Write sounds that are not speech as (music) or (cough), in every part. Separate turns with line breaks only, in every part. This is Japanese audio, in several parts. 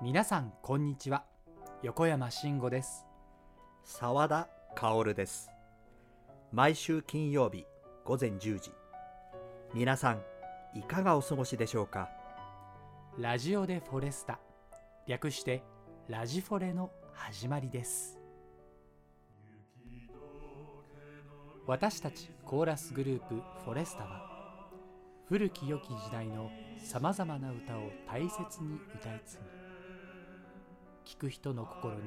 皆さんこんにちは横山慎吾です
沢田薫です毎週金曜日午前10時皆さんいかがお過ごしでしょうか
ラジオでフォレスタ略してラジフォレの始まりです私たちコーラスグループフォレスタは古き良き時代のさまざまな歌を大切に歌い継ぎ聴く人の心に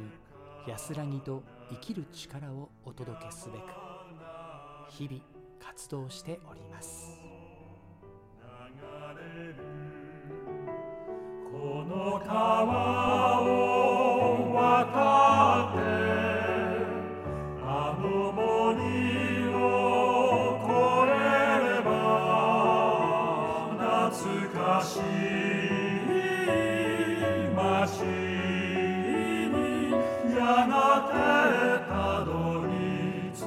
安らぎと生きる力をお届けすべく日々活動しております。
この川を渡ってあの森を越えれば懐かしい街にやがてたどり着く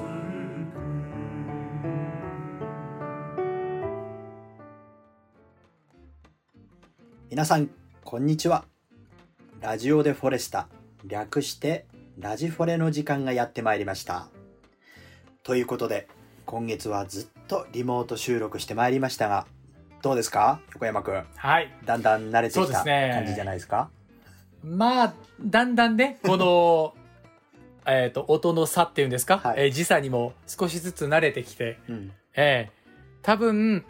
皆さんこんにちはラジオでフォレスタ略してラジフォレの時間がやってまいりましたということで今月はずっとリモート収録してまいりましたがどうですか横山くん
はい。
だんだん慣れて
そう
き
で
た
すね
感じじゃないですか
まあ、だんだんね、この、 (laughs) えっと、音の差っていうんですか、
はい
えー時差にも少しずつ慣れてきて、
うん
えー多分、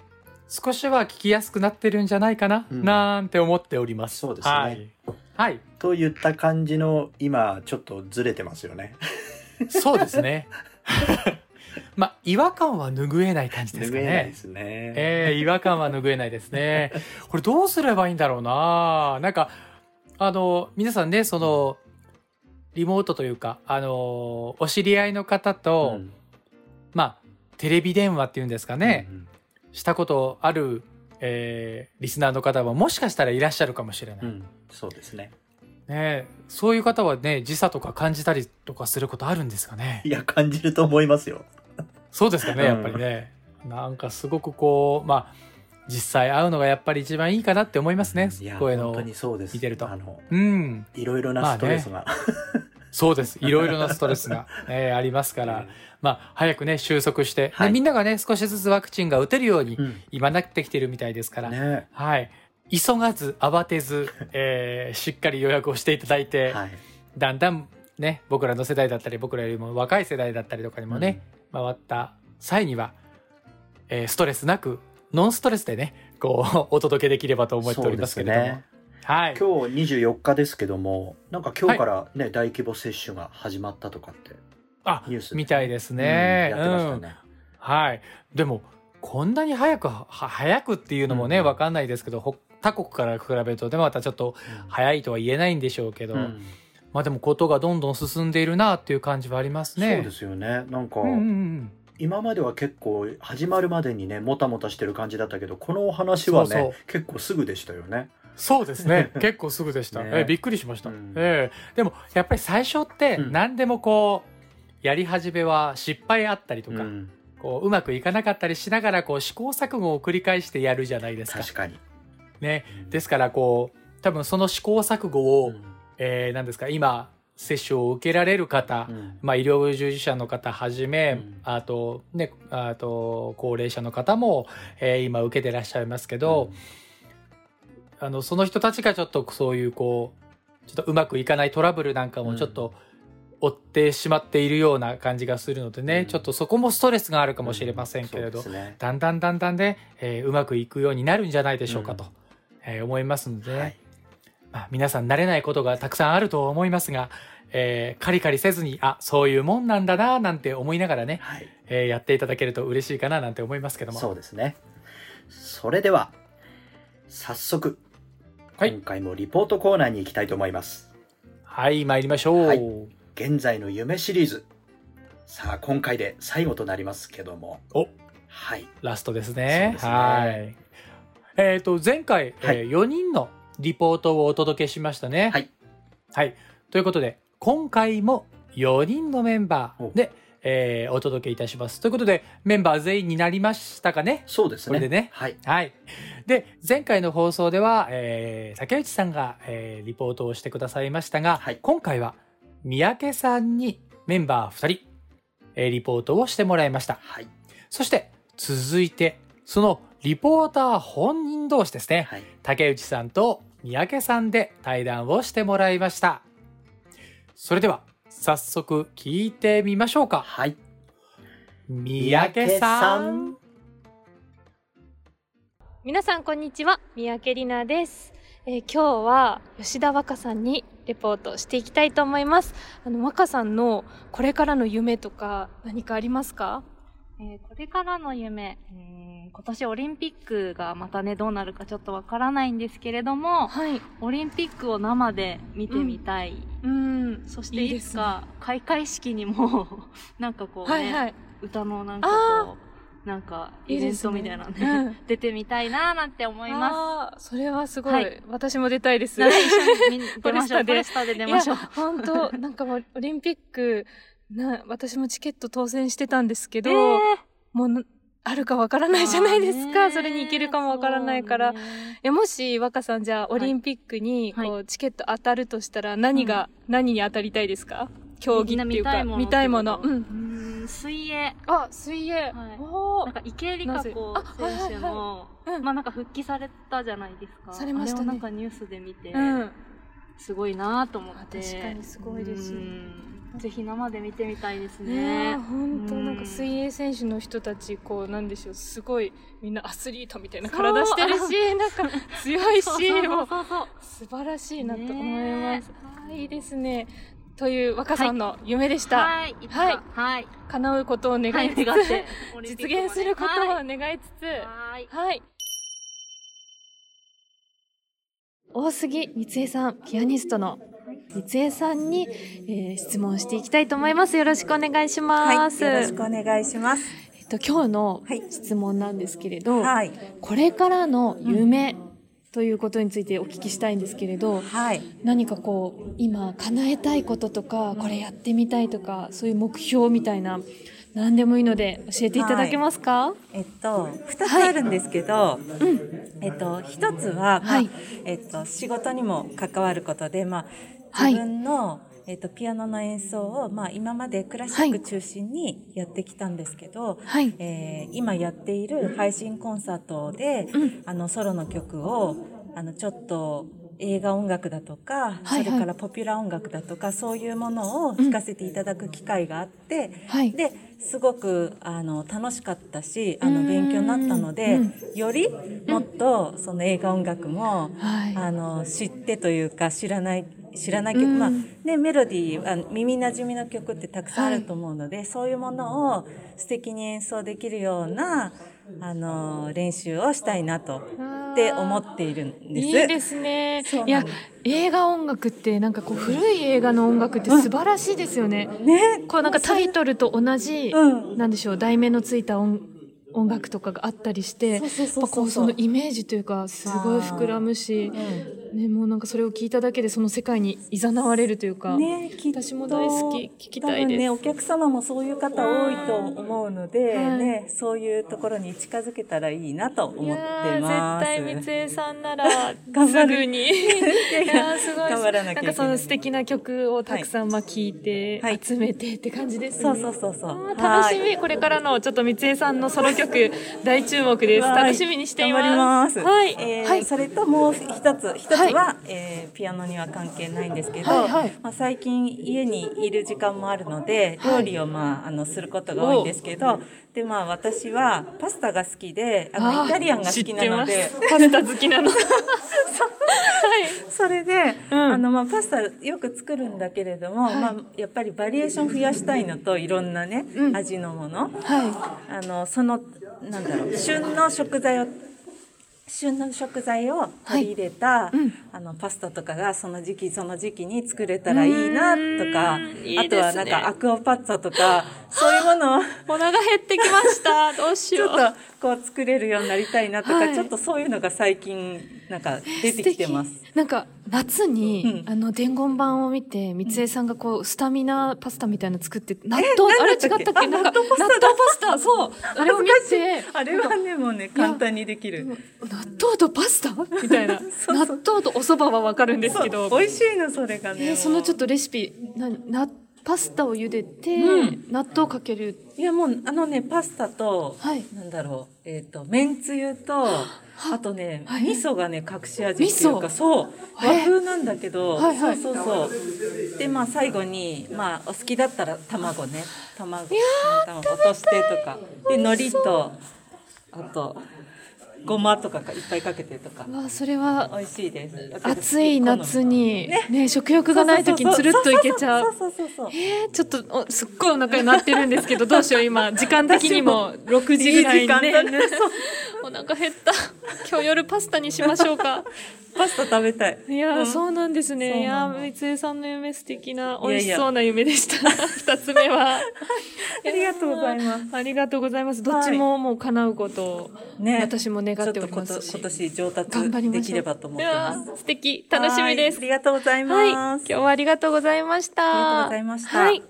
少しは聞きやすくなってるんじゃないかな、
うん
なんて思っております。
そうですね
はい。はい。
といった感じの今ちょっとずれてますよね
そうです
(laughs)
ね。 (laughs) まあ、違和感は拭えない感じです
拭
か
えないで
ね。
すね
ええ違和感は拭えないですね。これどうすればいいんだろうななんか、あの、皆さんね、その、リモートというか、あの、お知り合いの方と、
うん
まあ、テレビ電話っていうんですかね、
うん
したことある、えーリスナーの方ももしかしたらいらっしゃるかもしれない。
うんう
ね
んそうですね
えそういう方はね、時差とか感じたりとかすることあるんですかね
い。や感じると思いますよ
そうですかね、
うん
やっぱりね。なんかすごくこう、まあ、実際会うのがやっぱり一番いいかなって思いますね
いや、
声
本当
の
に。そうです
見てると
あの
うん。
いろいろ
まあ
なス
ね
トレスが、
そうです。いろいろなストレス
(laughs)
が、えーありますから、まあ、早くね、収束して、で
はい
みんながね、少しずつワクチンが打てるように、
うん
今なってきてるみたいですから、
ね
はい。急がず、慌てず、えーしっかり予約をしていただいて、
はい
だんだんね、僕らの世代だったり、僕らよりも若い世代だったりとかにもね、回った際には、えーストレスなく、ノンストレスでね、こう、お (laughs) 届けできればと思っておりますけれども。
そうですね
はい。
今日24日ですけどもなんか今日からね、大規模接種が始まったとかって
あ
ニュースで
みたいです
うん
ね。
やってましたね、
はい。でも、こんなに早く、は早くっていうのもね、
うん
わかんないですけど、ほ他国から比べると、でもまたちょっと早いとは言えないんでしょうけど、
うん
まあでもことがどんどん進んでいるなっていう感じはありますね。
そうですよねなんか、
うんうんうん。
今までは結構始まるまでにねもたもたしてる感じだったけどこのお話はね
そうそう
結構すぐでしたよね
そうですね。
(laughs)
結構すぐでした。
ね
ええびっくりしました。
うん
ええでも、やっぱり最初って、
うん
何でもこう、やり始めは失敗あったりとか、う
うん
こううまくいかなかったりしながら、こう、試行錯誤を繰り返してやるじゃないですか。
確かに
ね。ですから、こう、多分その試行錯誤を、えー、何ですか、今、接種を受けられる方、
うん
まあ、医療従事者の方はじめ、
うん
あと、ね、あと、高齢者の方も、えー今受けてらっしゃいますけど、あの、その人たちがちょっとそういう、こう、ちょっとうまくいかないトラブルなんか
う
も
ん
ちょっと追ってしまっているような感じがするのでね、
うん
ちょっとそこもストレスがあるか
か
もしれませんけれど、
そうですね
だんだんだんだんね、えーうまくいくようになるんじゃないでしょうかと、えー思いますのでね、
はい
まあ、皆さん慣れないことがたくさんあるとは思いますが、えーカリカリせずに、あ、そういうもんなんだな、なんて思いながらね、
はい
えーやっていただけると嬉しいかな、なんて思いますけども。
そうですね。それでは、早速、
はい
今回もリポートコーナーに行きたいと思います。
はい、参りましょう。
はい現在の夢シリーズ。さあ、今回で最後となりますけども。
お
はい。
ラストですね。
そうですね
はい。えっ、と、前回、
はい
え4人のリポートをお届けしましたね。
はい。
はい。ということで、今回も4人のメンバ
お
ーで、えーお届けいたします。ということで、メンバー全員になりましたかね
そうですね。
これでね
はい。
はい。で、前回の放送では、えー竹内さんが、えーリポートをしてくださいましたが、
はい
今回は、三宅さんにメンバー2人、えーリポートをしてもらいました。
はい。
そして、続いて、そのリポーター本人同士ですね。
はい。
竹内さんと三宅さんで対談をしてもらいました。それでは、早速聞いてみましょうか。
はい。
三宅さん。
皆さんこんにちは三宅里奈です、えー今日は吉田若さんにレポートしていきたいと思いますあの若さんのこれからの夢とか何かありますか
えーこれからの夢、うーん今年オリンピックがまたね、どうなるかちょっとわからないんですけれども、
はい
オリンピックを生で見てみたい。
うん
そして
いいで
い
す
つ
ね
か開会式にも、 (laughs) なんかこう、ね
はいはい
歌のなんかこう、なんかイベントみたいなね、
いいですね
出てみたいなーなんて思いま
あーそれはすごい、
はい
私も出たいです
す。なんか一緒に見
フォ
出
レ
ま
ス
しょ
タ
う。
で
フォレスタ (laughs) で出ましょう
い。や本当なんかもうオリンピックな私もチケット当選してたんですけど、
えー
もうなあるかわからないじゃないです
まあ
か
ね
それに行けるかもわからないから、
そうね
えもし若さんじゃあオ
い
リンピックに
はい
こうチケット当たるとしたら何が、何に当たりたいですか競技っていうか
みんな見たいものっ
見たいものう
てこと
ん
うーん水泳。
あ水泳、
はい
おー
なんか池江璃花子
なぜあ
選手の
いはいはいうん
まあなんか復帰されたじゃないですか。
されましたね
あれをなんかニュースで見て、
うん
すごいなと思って。
確かにすごいですね
うんぜひ生で見てみたいです
ねえ
ね。
本当
うん
なんか水泳選手の人たちこうなんでしょうすごいみんなアスリートみたいな体してるしなんか強いし
(laughs) そうそうそ
も
うそうそう。
う素晴らしいなと思い
ね
ま
え
す、あーいいですねという若さんの夢でした、
はい。いつか
はい
はい。
叶うことを願
はいい。
つつ、
願って。
(laughs) 実現することを
は
願いつつ、
い。はい。
はい。大杉光恵さん、ピアニストの光恵さんに、えー質問していきたいと思います。よろしくお願いします。
はい、よろしくお願いします。
えっと今日の
はい
質問なんですけれど、
はい、
これからの夢ということについてお聞きしたいんですけれど、
はい、
何かこう今叶えたいこととか、これやってみたいとか、そういう目標みたいな何でもいいので教えていただけますか？
えっと、二つあるんですけど。えっと、一つは、まあ
はい
えっと、仕事にも関わることで、まあ、
はい
自分の。えっと、ピアノの演奏を、まあ、今までクラシック中心にやってきたんですけど、
はい
えー今やっている配信コンサートで、あのソロの曲をあのちょっと映画音楽だとか、
はいはい
それからポピュラー音楽だとかそういうものを弾かせていただく機会があって、
はい
ですごくあの楽しかったしあ
う
の
ん
勉強になったので、
うん
よりもっとその映画音楽も、
はい
あの知ってというか知らない知らない曲、
うん
まあね、メロディーあの耳なじみの曲ってたくさんあると思うので、そういうものを素敵に演奏できるようなあの練習をしたいなとって思っているんです。
いいですね
そうなん
いや
です
映画音楽ってなんかこう古い映画の音楽って素晴らしいですよね、
ね、
こうなんかタイトルと同じ、
うん
なんでしょう題名のついた音音楽とかがあったりして
そうそうそ
や
う
っぱこ
そう
うそのイメージというかすごい膨らむし、ね、もうなんかそれを聞いただけでその世界にいざなわれるというか、
ね、きっと
私も大好き聞きたい
多分
です
ね、お客様もそういう方多いと思うので、
はい
ね、そういうところに近づけたらいいなと思
い
って
やー
ます。
絶対光恵さんなら
頑
す
張る
ぐにい
(laughs) いや
やーすごい
頑張らなきゃいけない
んかその素敵な曲をたくさんまあ聴いて、
はい
集めてって感じですね
そうそうそうそう。
あー楽し
はい
みこれからのちょっと三江さんのソロ曲大注目です
はい
楽しみにしています
頑張ります。
はい、
えー
はい
それともう一つ、一つは、
は
えーピアノには関係ないんですけど、
はいはい
まあ最近家にいる時間もあるので、
は
料
い
理をまああのすることが多いんですけど、でまあ私はパスタが好きで、あの
あー
イタリアンが好きなので、
知ってますパスタ好き
(laughs)
なのはい
それで、
うん
あのまあパスタよく作るんだけれども、
はい
まあやっぱりバリエーション増やしたいのといろんなね、
うん
味のもの、
は
あのそのなんだろう旬の食材を旬の食材を取り入れた、
うん
あのパスタとかがその時期その時期に作れたらいいなとか
うーんいい
あと
で
は
すね
なんかアクアパッツァとかそういうものを
お腹減ってきましたどうし
ち
よ
ょ
う
っとこう作れるようになりたいなとか、
はい
ちょっとそういうのが最近なんか出てきてます。
素敵なんか
夏に、
うん
あの伝言版を見て三江さんがこうスタミナパスタみたいなの作って納豆
え
あれ
何
違っ
だったっけ
たっけ
あ
なんか納
納
豆
豆
パ
パ
ス
ス
タ
タだ
そうあれを見て
あれはねもうね簡単にできる
納豆とパスタみたいな
(laughs) そうそう
納豆とお蕎麦はわかるんですけど
そう美味しいのそれがね、
えーそのちょっ
っ
とレシピななパスタを茹でて、
うん
納豆かける
といやもうあのねパスタと、
はい
なんだろうえっ、とめんつゆとあとね、
は
味
い
噌がね隠し味っていう
味噌
かそう
へ
和風なんだけど、
はいはい
そうそうそうでまあ最後にまあお好きだったら卵ね卵卵落としてとかで海苔とあとごまとかがいっぱいかけてとか
わあそれは
美味しいです
暑い夏にね食欲がない時につるっといけちゃう
そうそうそうそうそうそうそう
えーちょっとおすっごいお腹になってるんですけどどうしよう今時間的に (laughs) も6時ぐらいに
いい時間だ
ね
ね
(laughs) お腹減った今日夜パスタにしましょうか
パスタ食べたい
(laughs) いやー、
うん
そうなんですね。い
そうな
や
の
ー、三井さんの夢素敵ない
やい
美
や
味しそうな夢でした。 (laughs) 二つ目は。
ありがとうございます
ありがとうございます。どっちももう叶うことを、
ね
私も願っておりま
ちょ
す
っと
し。
今年今年上
頑張
達
りましょう
できればと思ってま
い
す
やー素敵。楽しみです。
はいありがとうございます、
はい。今日はありがとうございました。
ありがとうございました
はい。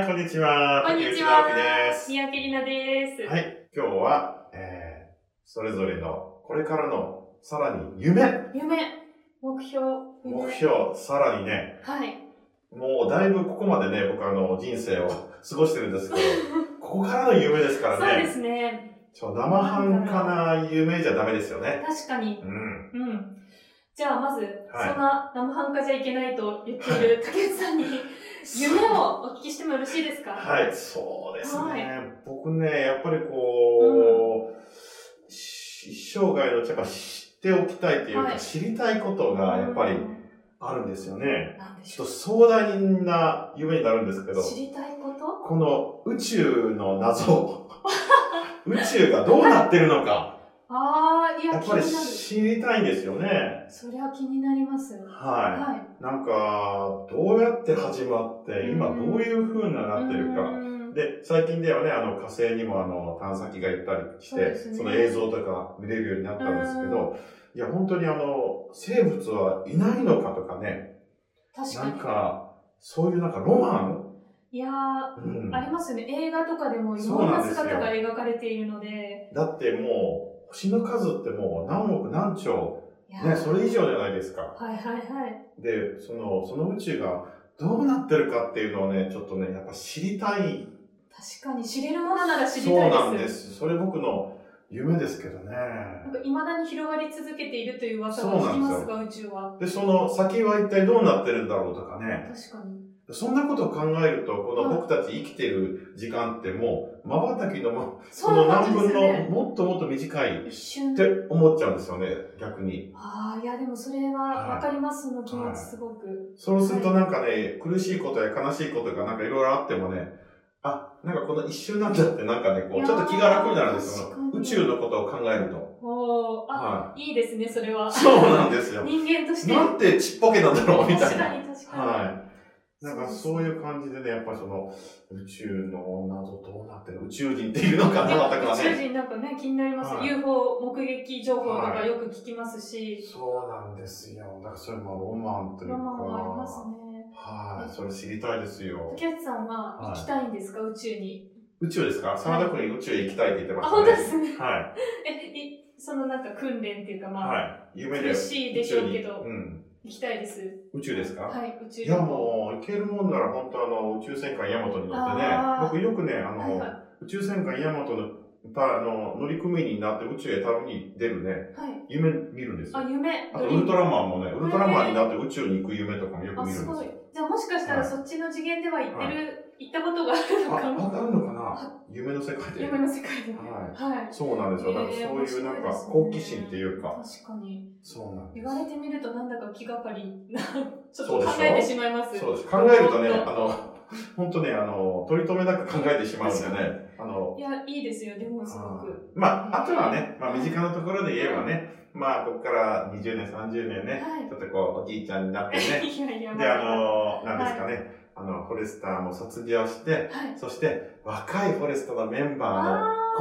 はい、こんにちは。竹内直樹で。
宅里奈です
はい、今日は、えー、それぞれの、これからの、さらに夢、
夢、目標、
目標、さらにね、
はい。
もうだいぶここまでね、僕あの、人生を (laughs) 過ごしてるん
(laughs)
ですけど、ここからの夢ですからね、
ね。
ちょ生半可な夢じゃダメですよね。
確かに。
うん。
うん。じゃあまず、
はいそん
な生半可じゃいけないと言って
い (laughs)
る竹内さんに、夢をお聞きしてもよろしいですか
はい、そうですね。
は
僕ね、やっぱりこう、し一生涯のうちやっぱ知っておきたいというか、
はい
知りたいことがやっぱりあるんですよね。
なんで
ちょっと壮大な夢になるんですけど、
知りたいこと
この宇宙の謎、 (laughs) 宇宙がどうなってるのか、
ああ、い
や
や、
っ
気
ぱ
にな
り
る。
知りたいんですよね。
そりゃ気になります。
は
はい。
い。なんか、どうやって始まって、今
うん
どういう風になってるか。
うん
で、最近ではね、あの、火星にもあの、探査機が行ったりし
そうで
て、
す
そ,、
ね
の映像とか見れるようになったんですけど、いや、本当にあの、生物はいないのかとかね、
確
なん
か
か、そういうなんかロマン、
に。いやー、
うん、
ありますよね。映画とかでもい
そう
ろ
んな
な
で
ん
すよ
姿が描かれているので。
だってもう、星の数ってもう何億何兆、
いやー
ね、それ以上じゃないですか。
はいはいはい。
で、その、その宇宙がどうなってるかっていうのをね、ちょっとね、やっぱ知りたい。
確かに知れるものなら知り
そう
たいです。
なんです。それ僕の夢ですけどね。
いまだに広がり続けているという噂
そう
が聞
な
き
んで
ます
よ
すが、宇宙は。
で、その先は一体どうなってるんだろうとかね。
確かに。
そんなことを考えると、こ
は
の
い
僕たち生きてる時間ってもう、瞬きのも、
そ
そうの
な
何
んです
分
よ
の
ね。
もっともっと短いっ
一瞬。
て思っちゃうんですよね、逆に。
ああ、いや、でもそれはわかります、その気持ちすごく。
そうするとなんかね、苦しいことや悲しいことがなんかいろいろあってもね、あ、なんかこの一瞬なんだってなんかね、こ、
いうやー
ちょっと気が楽になるんですよ
確かに。
宇宙のことを考えると。
おお、あ、
はい
いですね、それ
(laughs)
は。
い。そうなんです
(laughs)
よ。
人間として。
なんてちっぽけなんだろう、みた
確
い
か
な。
に確かに。 (laughs)
はい。なんかそういう感じでね、やっぱりその、宇宙の謎どうなってる宇宙人っているのかなとか
宇宙
ね。
人なんかね、気になります。
はい
UFO 目撃情報とか
はい
よく聞きますし、
そうなんですよ。だからそれもロマンという
ロ
か。
マンはありますね。
はい。それ知りたいですよ。
竹内さんは行
はい
きたいんですか、宇宙に。
宇宙ですか沢田君に宇宙へ行きたいって言ってま
あ、
した
本
ね。
当ですね。
はい。
え、いそのなんか訓練っていうか、まあ、
はい。夢で
苦しいでしょうけど
宇宙にうん。
行きたいです。
宇宙ですか
はい、宇宙
い
に。
や、もう、行けるもんなら、本当あの、宇宙戦艦ヤマトに乗ってね
あ、ー
僕よくね、あの、
はいはい
宇宙戦艦ヤマトの、たあの、乗組員になって宇宙へ旅に出るね、
はい。
夢見るんですよ。
あ、夢。
あと、ウルトラマンもね、
ー
ウルトラマンになって宇宙に行く夢とかもよく
あ、
見る
す
んで
ご
す
い
よ。。
じゃあもしかしたら
はい
そっちの次元では行ってる、
は
行ったことがある
あ、
のか
わ
も。
かるのかな夢の世界で。
夢の世界で。
はい
はい。
そうなんですよ。だから
えー
そういうなんか
面白いですね
好奇心っていうか、
確かに。
そうなんで
言
す。
われてみるとなんだか気がかりな、ちょっ
そう
と
でし
考
ょ
えてしまいます。
そうです。考えるとね、
本
あの、本当ね、あの、取り留めなく考えてしまうんでね、あの、
当いや、いいですよ、でもすごく。
まあ、あとはね、まあ、身近なところで言えばね、まあ、ここから20年、30年ね、
はい
ちょっとこう、おじいちゃんになってね、
いやいや、
で、あ
は
のー、なんですかね、あの、フォレスターも卒業して、
い。
そして、若いフォレスタのメンバー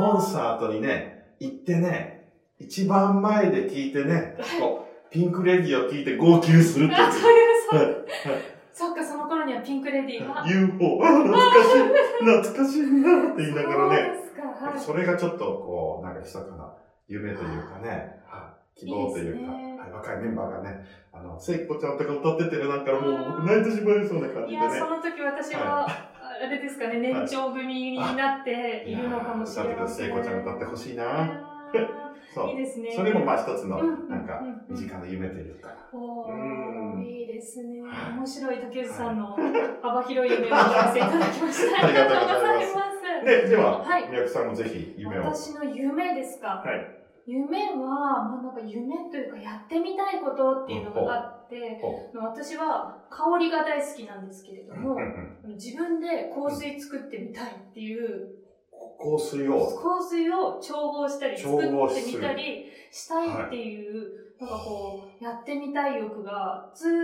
の
あ
コンサートにね、行ってね、一番前で聞いてね、こう、ピンクレディーを聞いて号泣するっていう。
あ、そういう、そう。
はい
そっか、その頃にはピンクレディーが。
UFO、あ懐かしい、懐かしいなって言いながらね、
そうですか、はい。
それがちょっとこう、なんか密かな夢というかね、はい希望というか、
いいですね
はい若いメンバーがね、あの、聖子ちゃんとか歌っててね、なんかもう僕泣いてしまいそうな感じ
い
で
や、
ね
そ。の時私は、あれですかね、年長組になっているのかもしれません。
だけど聖子ちゃん歌ってほしいな。そう
いいですね。
それもまあ一つの、
うん
なんか
うんうん、
身近な夢というか。
お
う
ー
ん
いいですね。面白い竹内さんの幅広い夢をお聞かせいただきました。
ありがとうございます
ありがとうございま
で、
す。
では、
はい
宮城さんもぜひ夢を。
私の夢ですか。
はい。
夢は、まあなんか夢というかやってみたいことっていうのがあって、
ほ
あの私は香りが大好きなんですけれど
ううん
も
う、ん
あの自分で香水作ってみたいっていう、
うん香水を。
香水を調合したり
調
作
合
っ
する
てみたりしたいっていう、なんかこう、やってみたい欲がずーっ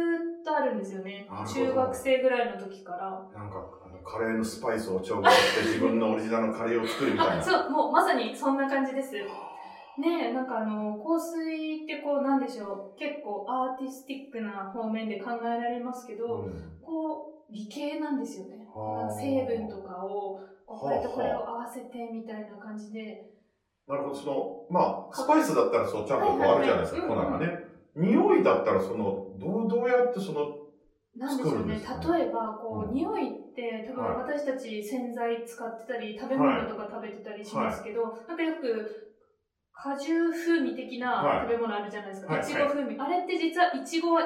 とあるんですよね
なる。ほど
中学生ぐらいの時から。
なんか、あのカレーのスパイスを調合して自分のオリジナルのカレーを作るみたい
あ、
な。
そう、もうまさにそんな感じです。ねえ、なんかあの、香水ってこう、なんでしょう、結構アーティスティックな方面で考えられますけど、
うん
こう、理系なんですよね。
あー
なんか成分とかを、これとこれを
は
合わせてみたいな感じで。
なるほど、その、まあ、スパイスだったらそう、ちゃんとこう
はいはいはい
あるじゃないですか、粉がね。匂いだったら、その、どう、どうやってその、
なんでしょ
作る
うんね。
ですか
例えば、こう、
うん
匂いって、多分
はい
私たち洗剤使ってたり、食べ物とか食べてたりしますけど、なんかよく、果汁風味的
は
ない食べ物あるじゃないですか。
はい
いちご風味。あれって実は、いちごは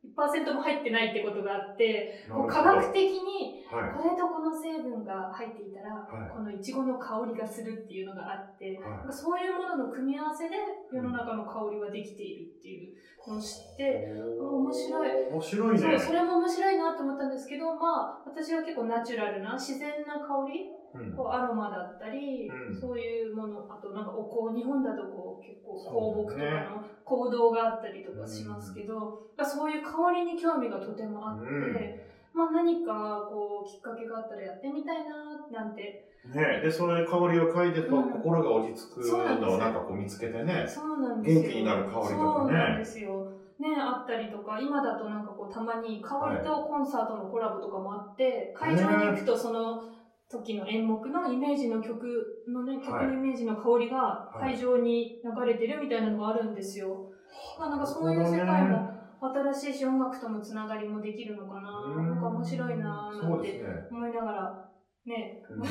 1%も入ってないってことがあって、こう科
なる
学的に、
ほどはい。
これとこの成分が入っていたら、
はい
このいちごの香りがするっていうのがあって、
はい
なんかそういうものの組み合わせで世の中の香りはできているっていうのを知って、面白い。
面白いね。
そうそれも面白いなと思ったんですけど、まあ、私は結構ナチュラルな自然な香り、
うん
こうアロマだったり、
うん
そういうもの、あとなんかお香、日本だとこう結構香
そ
木と
うだね
かの行動があったりとかしますけど、まあそういう香りに興味がとてもあって、
うん
まあ何かこうきっかけがあったらやってみたいななんて、
ねで、それ香りを嗅いで、こう
うん
心が落ち着く
そうなんです
のを
よ
なんかこう見つけてね。
そうなんですよ。
元気になる香りとかね
そうなんですよ。ね、あったりとか、今だとなんかこう、たまに香りとコンサートのコラボとかもあって、
はい
会場に行くとその時の演目のイメージの曲のね、曲
はい
のイメージの香り
は
が
い
会場に流れてるみたいなのがあるんですよ。まあなんかそういう世界
なるほど
も新しいし、音楽とのつながりもできるのかな、
うん
なんか面白いなーな
そ
ん
うで
て
すね。
思いながら、ね、
うん
(laughs) 考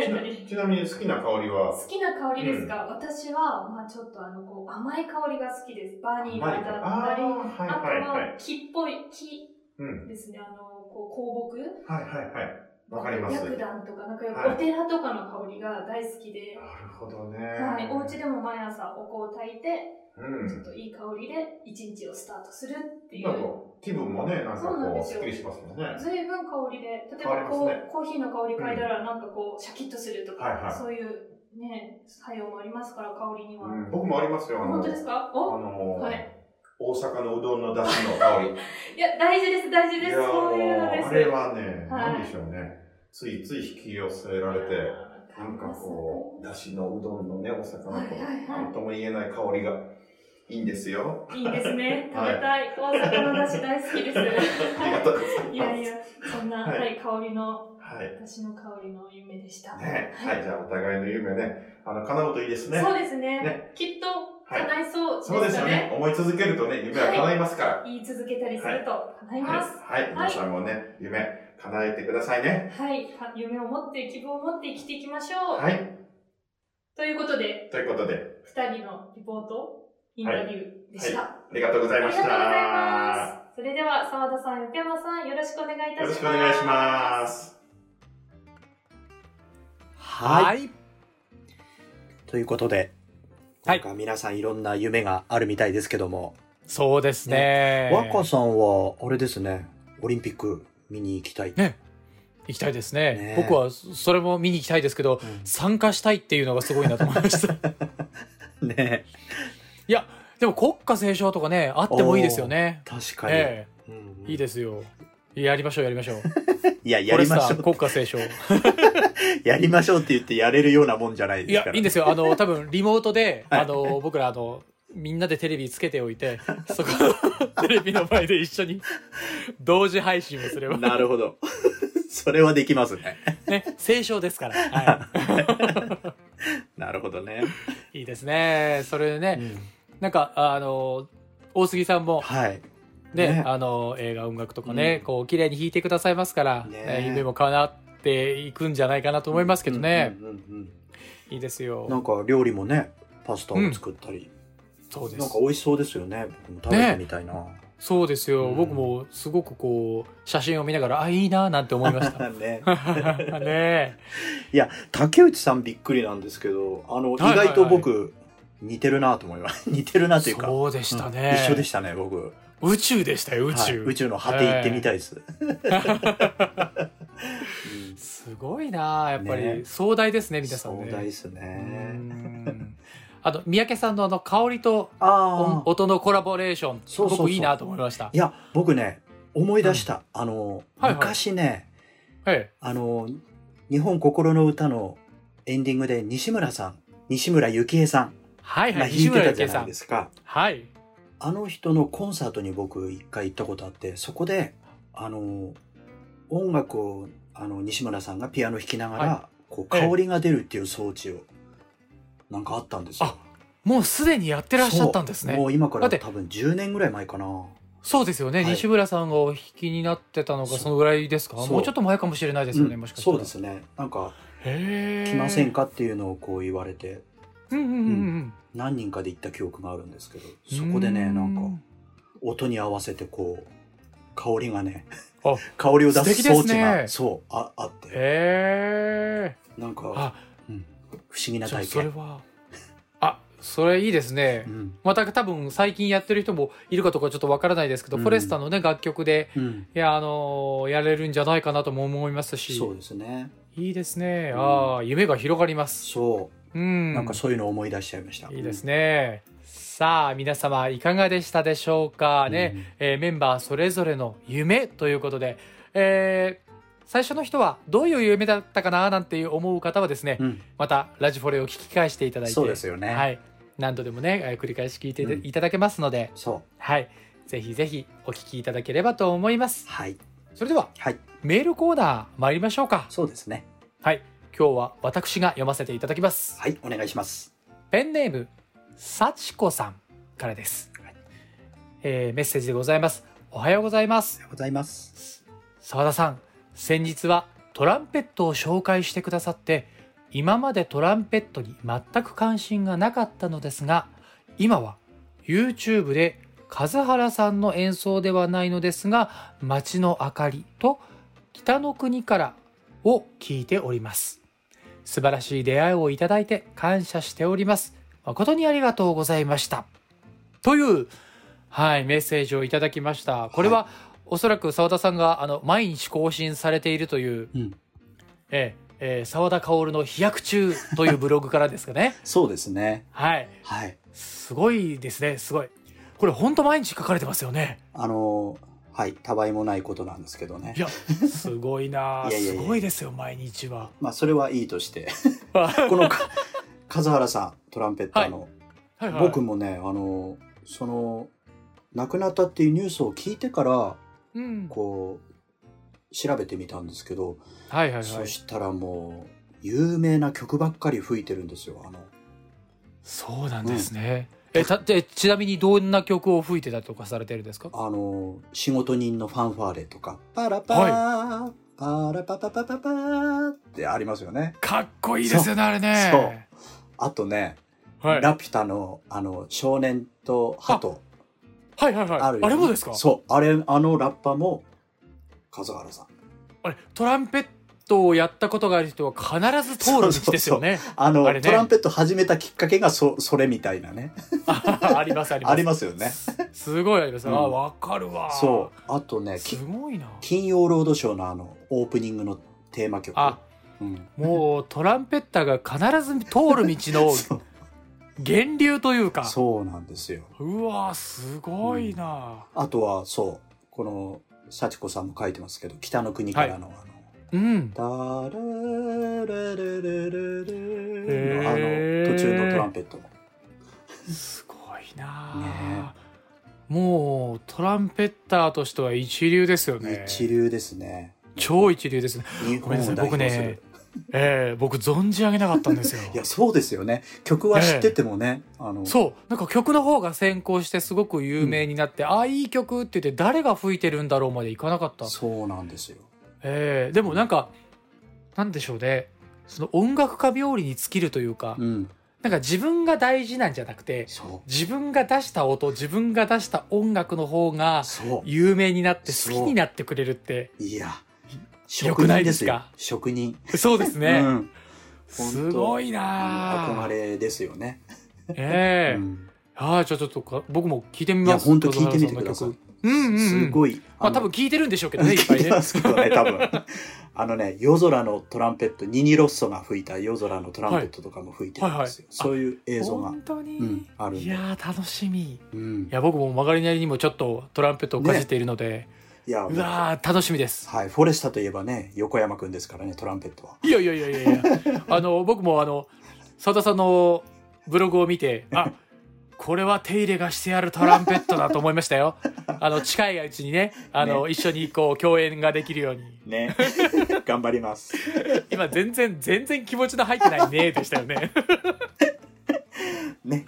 えたり。
ちなみに好きな香りは、
好きな香りですか、私は、まあちょっとあの、こう、甘い香りが好きです。バーニー
甘
バ
い
ー
か
だ
あ
ったり、あ
ーはいはいはい。
とは木っぽい、木
うん。
ですね、あの、こう、香
はいはいはい。
木
わかります
白檀とか、なんかよく
はい
お寺とかの香りが大好きで、
なるほどね。
はい、お家でも毎朝お香を炊いて、
うん。
ちょっといい香りで一日をスタートするってい
なんか
う。
気分もね、なんか
そうなん
こ
で
う、
す
す
よ
っきりしますもんね。
ずいぶん香りで、例え
変わり
ば
ます
こう、
ね
コーヒーの香り嗅いだらなんかこう、シャキッとするとか、
はいはい
そういうね、作用もありますから、香りには。
うん、僕もありますよ。あの、
本当ですか
あ
お
のー
はい
大阪のうどんの出汁の香
(laughs)
り。
いや、大事です、大事です。そういうのです。
あれはね、
はい
なんでしょうね。ついつい引き寄せられて、なんかこう、だしのうどんのね、大阪の
はい
こ
はい
の、
はい
なんとも言えない香りがいいんですよ。
いいですね。食
はい
べたい。大阪のだし大好きで
(laughs)
す。
ありがとうございます。
いやいや、そんな、
はい
はい、香りの、
はい。
私の香りの夢でした。
ね、はい、じゃあお互いの夢ね、あの、叶うといいですね。
そうですね。
ね
きっと、叶いそうです
そうですよ
よ
ね
ね。。
思い続けるとね、夢は叶いますから。
言い続けたりすると叶います。
はい、はい皆さんもね、夢叶えてくださいね。
はい、か夢を持って、希望を持って生きていきましょう。
はい、
ということで、
ということで、
二人のリポート、インタビューでした。
ありがとうござい
あ
ま
り
し
が
た。
とうございます。それでは澤田さん、横山さん、よろしくお願いいたします。
よろしくお願いします。
はい。
い
ということで、
は
ないんか皆さんいろんな夢があるみたいですけども、
そうですね
和歌さんは、あれですね、オリンピック見に行きたい。
ね行きたいですね
ね
僕はそれも見に行きたいですけど
うん
参加したいっていうのがすごいなと思いま
(laughs)
した
ね
でも国歌斉唱とかねあってもいいですよね
確かに。
え
うんうん
えいいですよやりましょうやりましょう
い (laughs) や、やりましょ
フォレスター
う。
国家斉唱
やりましょうって言ってやれるようなもんじゃない
い
ですか
や
ら。
いいんですよあの多分リモートで、
はい
あの僕らあのみんなでテレビつけておいて (laughs) そこテレビの (laughs) 前で一緒に同時配信をすれば
なるほど。 (laughs) それはできますね。
ね斉唱ですから、は
(laughs) なるほどね。
い、いいですねそれでね、なんかあの大杉さんも
はい。
ね
ね
あの映画音楽とかね、こう綺麗に弾いてくださいますから、
ね
えー夢も叶っていくんじゃないかなと思いますけどね、
うんうんうん
いいです
うん。
よ
なんか料理もね、パスタを作ったり、
そうで
なん
す
か美味しそうですよね。僕も食べてみたいな。
そうですよ、
うん
僕もすごくこう写真を見ながらあいいななんて思いました
(laughs)
ね
ね。
え
いや、竹内さんびっくりなんですけど、あの、意
いはいはい
外と僕、似てるなと思います。 (laughs) 似てるなというか。
そうでしたね、
うん一緒でしたね、僕。
宇宙でしたよ宇宙、
はい宇宙の果て行ってみたいです。うん
すごいなやっぱり、
ね
壮大ですね皆さんね
壮大ですね。
うんあの三宅さんのあの香りと
あ
音
あ。
音のコラボレーションす
そうそうそう
ごくいいなと思いました
いや、僕ね、思い出した。あの、
はいはい
昔ね、
はい
あの、日本心の歌のエンディングで西村さん、西村幸恵さん
はい
が
は
弾
い
い
西
て
村
た
ゆき
じゃ
え
な
さ
い
ん
ですか。
はい
あの人のコンサートに僕一回行ったことあって、そこで、あの、音楽を、あの、西村さんがピアノ弾きながら、
は
こう、
ええ
香りが出るっていう装置を、なんかあったんですよ。
あもうすでにやってらっしゃったんです
そうも
ね
う今から
だって
多分10年ぐらい前かな。
そうですよね、
はい
西村さんがお弾きになってたの
そ
が
う
そのぐらいですか
そう
もうちょっと前かもしれないですよね、
うん
もしかしたら
そうですね。なんか、
へえ
来ませんかっていうのをこう言われて、
うんうんうんうん
何人かで行った記憶があるんですけど、そこでね、なんか、音に合わせてこう、香りがね
あ、
(laughs) 香りを出
素
す
敵で
装
すね
置が、そう、ああって、
へえ
なんか、
あ
うん不思議な
じゃあ
体
それ
験。
はあそれいいですね、
うん
また多分最近やってる人もいるかとかちょっとわからないですけど、
うん
フォレスタのね楽曲で
うん、
いやあのーやれるんじゃないかなとも思いますし
そうですね。
いいですね、
うん
ああ夢が広がります
そうう、
ん
なんかそういうのを思い出しちゃいました。
いいですね、さあ皆様いかがでしたでしょうか
うん。
ね、えーメンバーそれぞれの夢ということで、えー最初の人はどういう夢だったかななんて思う方はですね、
うん。
またラジフォレを聞き返していただいて
そうですよね。
はい、何度でもねえー繰り返し聞いていた
うん
いただけますので、
そ
はい、ぜひぜひお聞きいただければと思いま
う。
す
はい。
それでは
はい。
メールコーナー参りましょうか
そうですね。
はい今日は私が読ませていただきます
はい。お願いします。
ペンネーム幸子さんからです、
はい
えーメッセージでございますおはようございます
おはようございます。
澤田さん先日はトランペットを紹介してくださって今までトランペットに全く関心がなかったのですが今は YouTube で数原さんの演奏ではないのですが「街の明かり」と「北の国から」を聞いております素晴らしい出会いをいただいて感謝しております誠にありがとうございましたというはいメッセージをいただきましたこれは、おそらく澤田さんがあの毎日更新されているという、
うん
ええええ澤田薫の飛躍中というブログからですかね
そうですね。
(laughs) はい
はい。
すごいですねすごいこれ本当毎日書かれてますよね
あのー、はい。たわいもないことなんですけどね
い。やすごいな
いやいや
す
いや
ごいですよ毎日は
まあ、それはいいとして。
は
(laughs) このか、数原さん、トランペッターの、
いはい
僕もね、あのー、その、亡くなったっていうニュースを聞いてから、
うん
こう、調べてみたんですけど、
はいはいはい
そしたらもう、有名な曲ばっかり吹いてるんですよ。あの、
そうなんですね、えたでちなみにどんな曲を吹いてたりとかされてるんですか
あの、仕事人のファンファーレとか、パラパー、パラパパパパパーってありますよね。
かっこいいですよねあれね
あとね、
はい、は
ラピュタの、あの、少年と鳩
いはいはい
あ
あ
るよね、
れもですか
そう、あれ、あのラッパも、数原さん。
あれトランペットをやったことがある人は必ず通る道ですよね。
あの、
あれね
トランペット始めたきっかけが、そ、それみたいなね。
ありますあります。
ありますよね。
すごいあります。あ
うん
わかるわ。
そう。あとね、き
すごいな。
金曜ロードショーのあの、オープニングのテーマ曲。
あ
うん。
もうトランペッターが必ず通る道の
(laughs) そう
源流というか。
そうなんですよ。
うわすごいな。
あとは、そう、この、幸子さんも書いてますけど、北の国からの、あの、
うん。
ダララララララのあ
へー
の途中のトランペットも。
すごいなあ、もうトランペッターとしては一流ですよね。
一流ですね。
超一流ですね。
日
ご
本
めんなさ
を
い、僕
代表する
ね。、ええ僕存じ上げなかったん
(laughs)
ですよ。
いや、そうですよね。曲は知っててもね、あの、
そうなんか曲の方が先行してすごく有名になって、ああいい曲って言って誰が吹いてるんだろうまでいかなかった、
そうなんですよ。
ええでもなんかなんでしょうねその音楽家冥利に尽きるというか、
うん、
なんか自分が大事なんじゃなくて
そ
自分が出した音自分が出した音楽の方が
う、そう。
有名になって
そ
好
う
きになってくれるって
いや、
よ
職
くな
人
いで
ですす
か
よ。職人。
そうですね、
うん、
すごいなあ
憧れですよね。
ええ
うん
ああじゃあちょっとか僕も聞いてみ
いや、
ます
本当聞いてみてくだ
笠
さ
原
い
んの曲。うんうん、うん、
すごい。
まあ
の
多分聞いてるんでしょうけどね、いっぱ
聞
い
い
ね。
てますけどね、多分。 (laughs) あのね、夜空のトランペット、ニニロッソが吹いた夜空のトランペットとかも吹いてるんですよ。
は
そういう映像が
本。当に、
うんあるんで
いやー楽しみ。い
うん、
や僕も曲がりなりにもちょっとトランペットをかじっているので、
いや、
うわー楽しみです。
はい、フォレスタといえばね、横山くんですからね、トランペットは。
いやいやいやいやいや。 (laughs) あの僕もあの佐田さんのブログを見て、あこれは手入れがしてあるトランペットだと思いましたよ。あの近いうちにね、あの一緒にこう共演ができるように。 (laughs)
ね。頑張ります。
今全然全然気持ちの入ってないねでしたよね。
ね。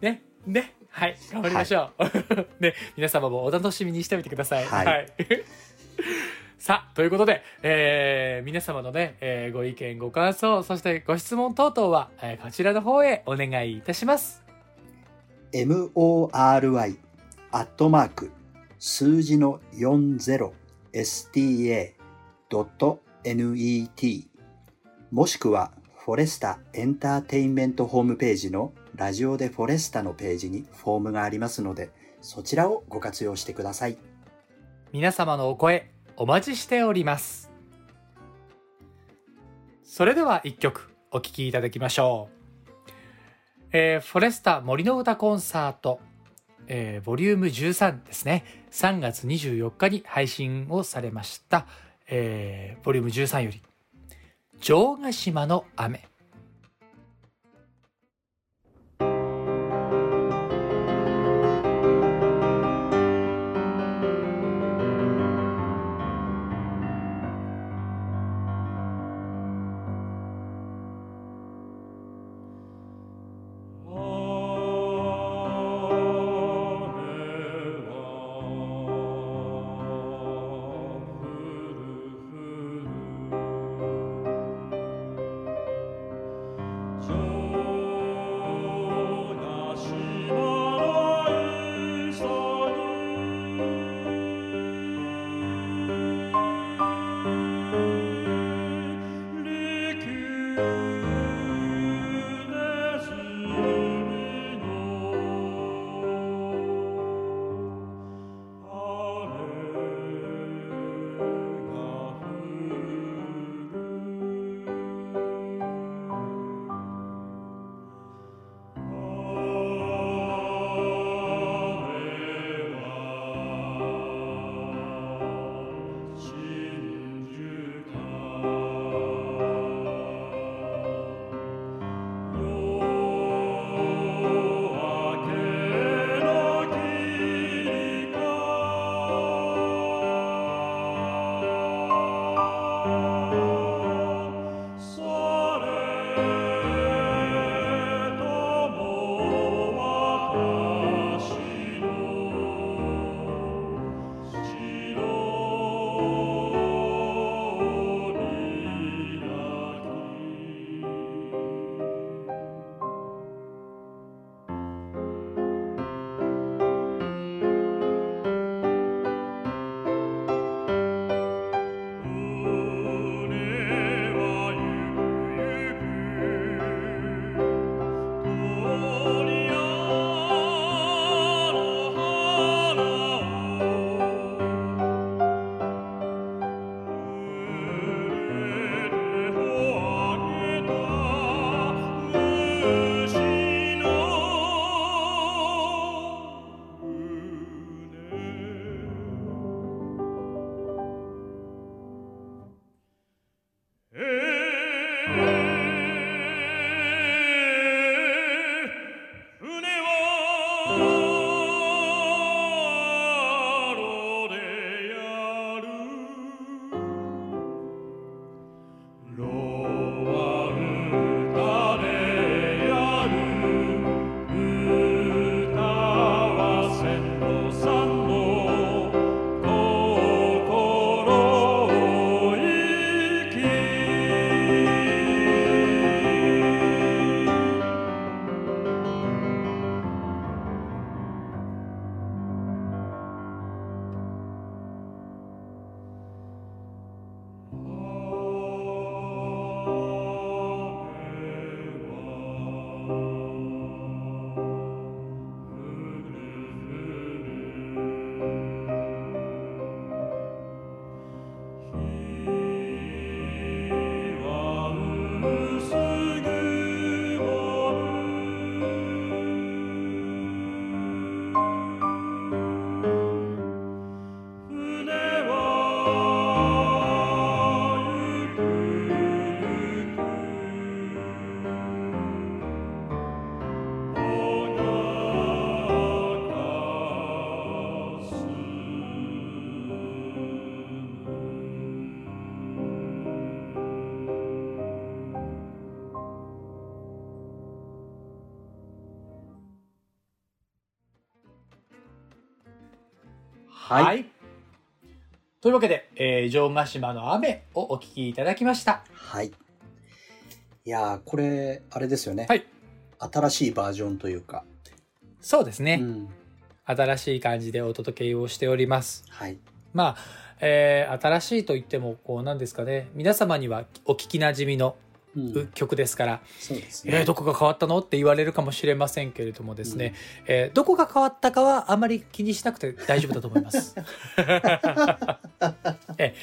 ね。ね。はい。頑張りましょう。 (laughs) ね。皆様もお楽しみにしてみてください。 (laughs)
はい
さあ、ということで、えー皆様のね、えーご意見、ご感想、そしてご質問等々は、えーこちらの方へお願いいたします。
MORY アットマーク数字の 40sta.net もしくはフォレスタエンターテインメントホームページのラジオでフォレスタのページにフォームがありますのでそちらをご活用してください。
皆様のお声、お待ちしております。それでは一曲、お聴きいただきましょう。えーフォレスタ森の歌コンサート、えーボリューム13ですね。3月24日に配信をされました。えーボリューム13より、城ヶ島の雨。
雨は降る降る
はい
というわけで、えー城ヶ島の雨をお聞きいただきました。
はい。いやー、これ、あれですよね。
はい
新しいバージョンというか。
そうですね。
うん。
新しい感じでお届けをしております。
はい。
まあ、えー新しいといっても、こう、なんですかね。皆様にはお聞きなじみの
う
う、曲ですから、
そうですね。
えーどこが変わったのって言われるかもしれませんけれどもですね、えーどこが変わったかはあまり気にしなくて大丈夫だと思います。 (laughs) え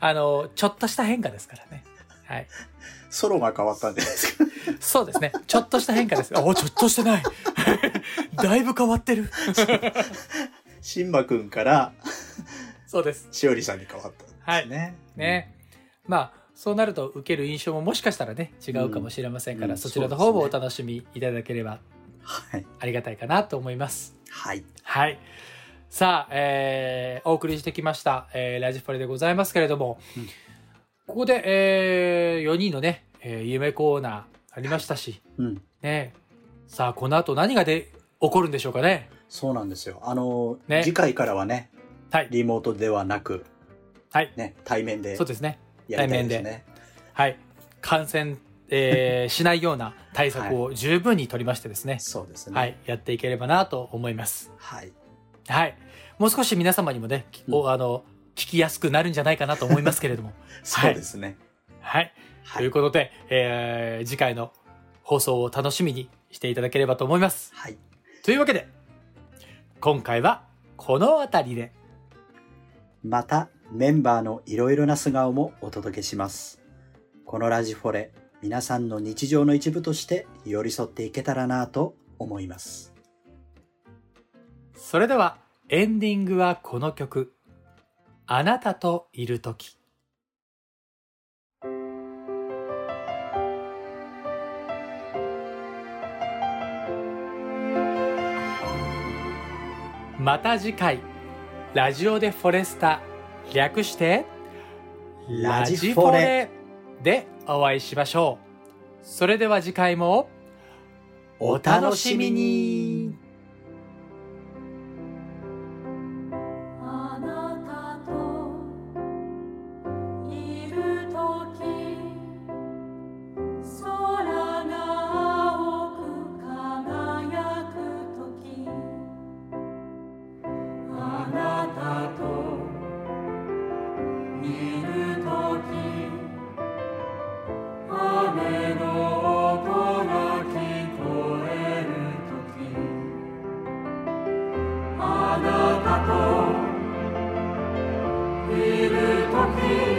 あの、ちょっとした変化ですからね。はい。
ソロが変わったんじゃないですか。
そうですね。ちょっとした変化です。あ、おちょっとしてない。 (laughs) だいぶ変わってる。
シンバ君から、
そうです。
しおりさんに変わったんですね。
はい
ね。
ね。まあ、そうなると受ける印象ももしかしたらね、違うかもしれませんから、
うんうん
そちらの方も
そう
お
です
楽しみいただければ
はい。
ありがたいかなと思います。
はい。
はい。さあ、えーお送りしてきました、えーラジフォレでございますけれども、
うん
ここで、え4人のね、えー夢コーナーありましたし、
うん。
ね、さあ、この後何がで起こるんでしょうかね。
そうなんですよ。あの、
ね
次回からはね、
はい。
リモートではなく、
はい。
ね、対面で
そうですね。
やりたいです
対面
ね。
はい。感染、えーしないような対策を十分に取りましてですね、
そうですね。
はい、。やっていければなと思います。
はい。
はい。もう少し皆様にもね、きお
う
あの、聞きやすくなるんじゃないかなと思いますけ
(laughs)
れども。
そうですね。
はい。
は
と
い
いう。ことで、えー次回の放送を楽しみにしていただければと思います。
はい。
というわけで、今回はこの辺りで、
またメンバーのいろいろな素顔もお届けしますこのラジフォレ皆さんの日常の一部として寄り添っていけたらなぁと思います
それではエンディングはこの曲、あなたといるとき。また次回、ラジオでフォレスタ、略して、
ラジフォレ
でお会いしましょう。それでは次回も、
お楽しみに
あなたといるとき空が青く輝くときあなたといるとき雨の音が聞こえるとき「あなたといるとき」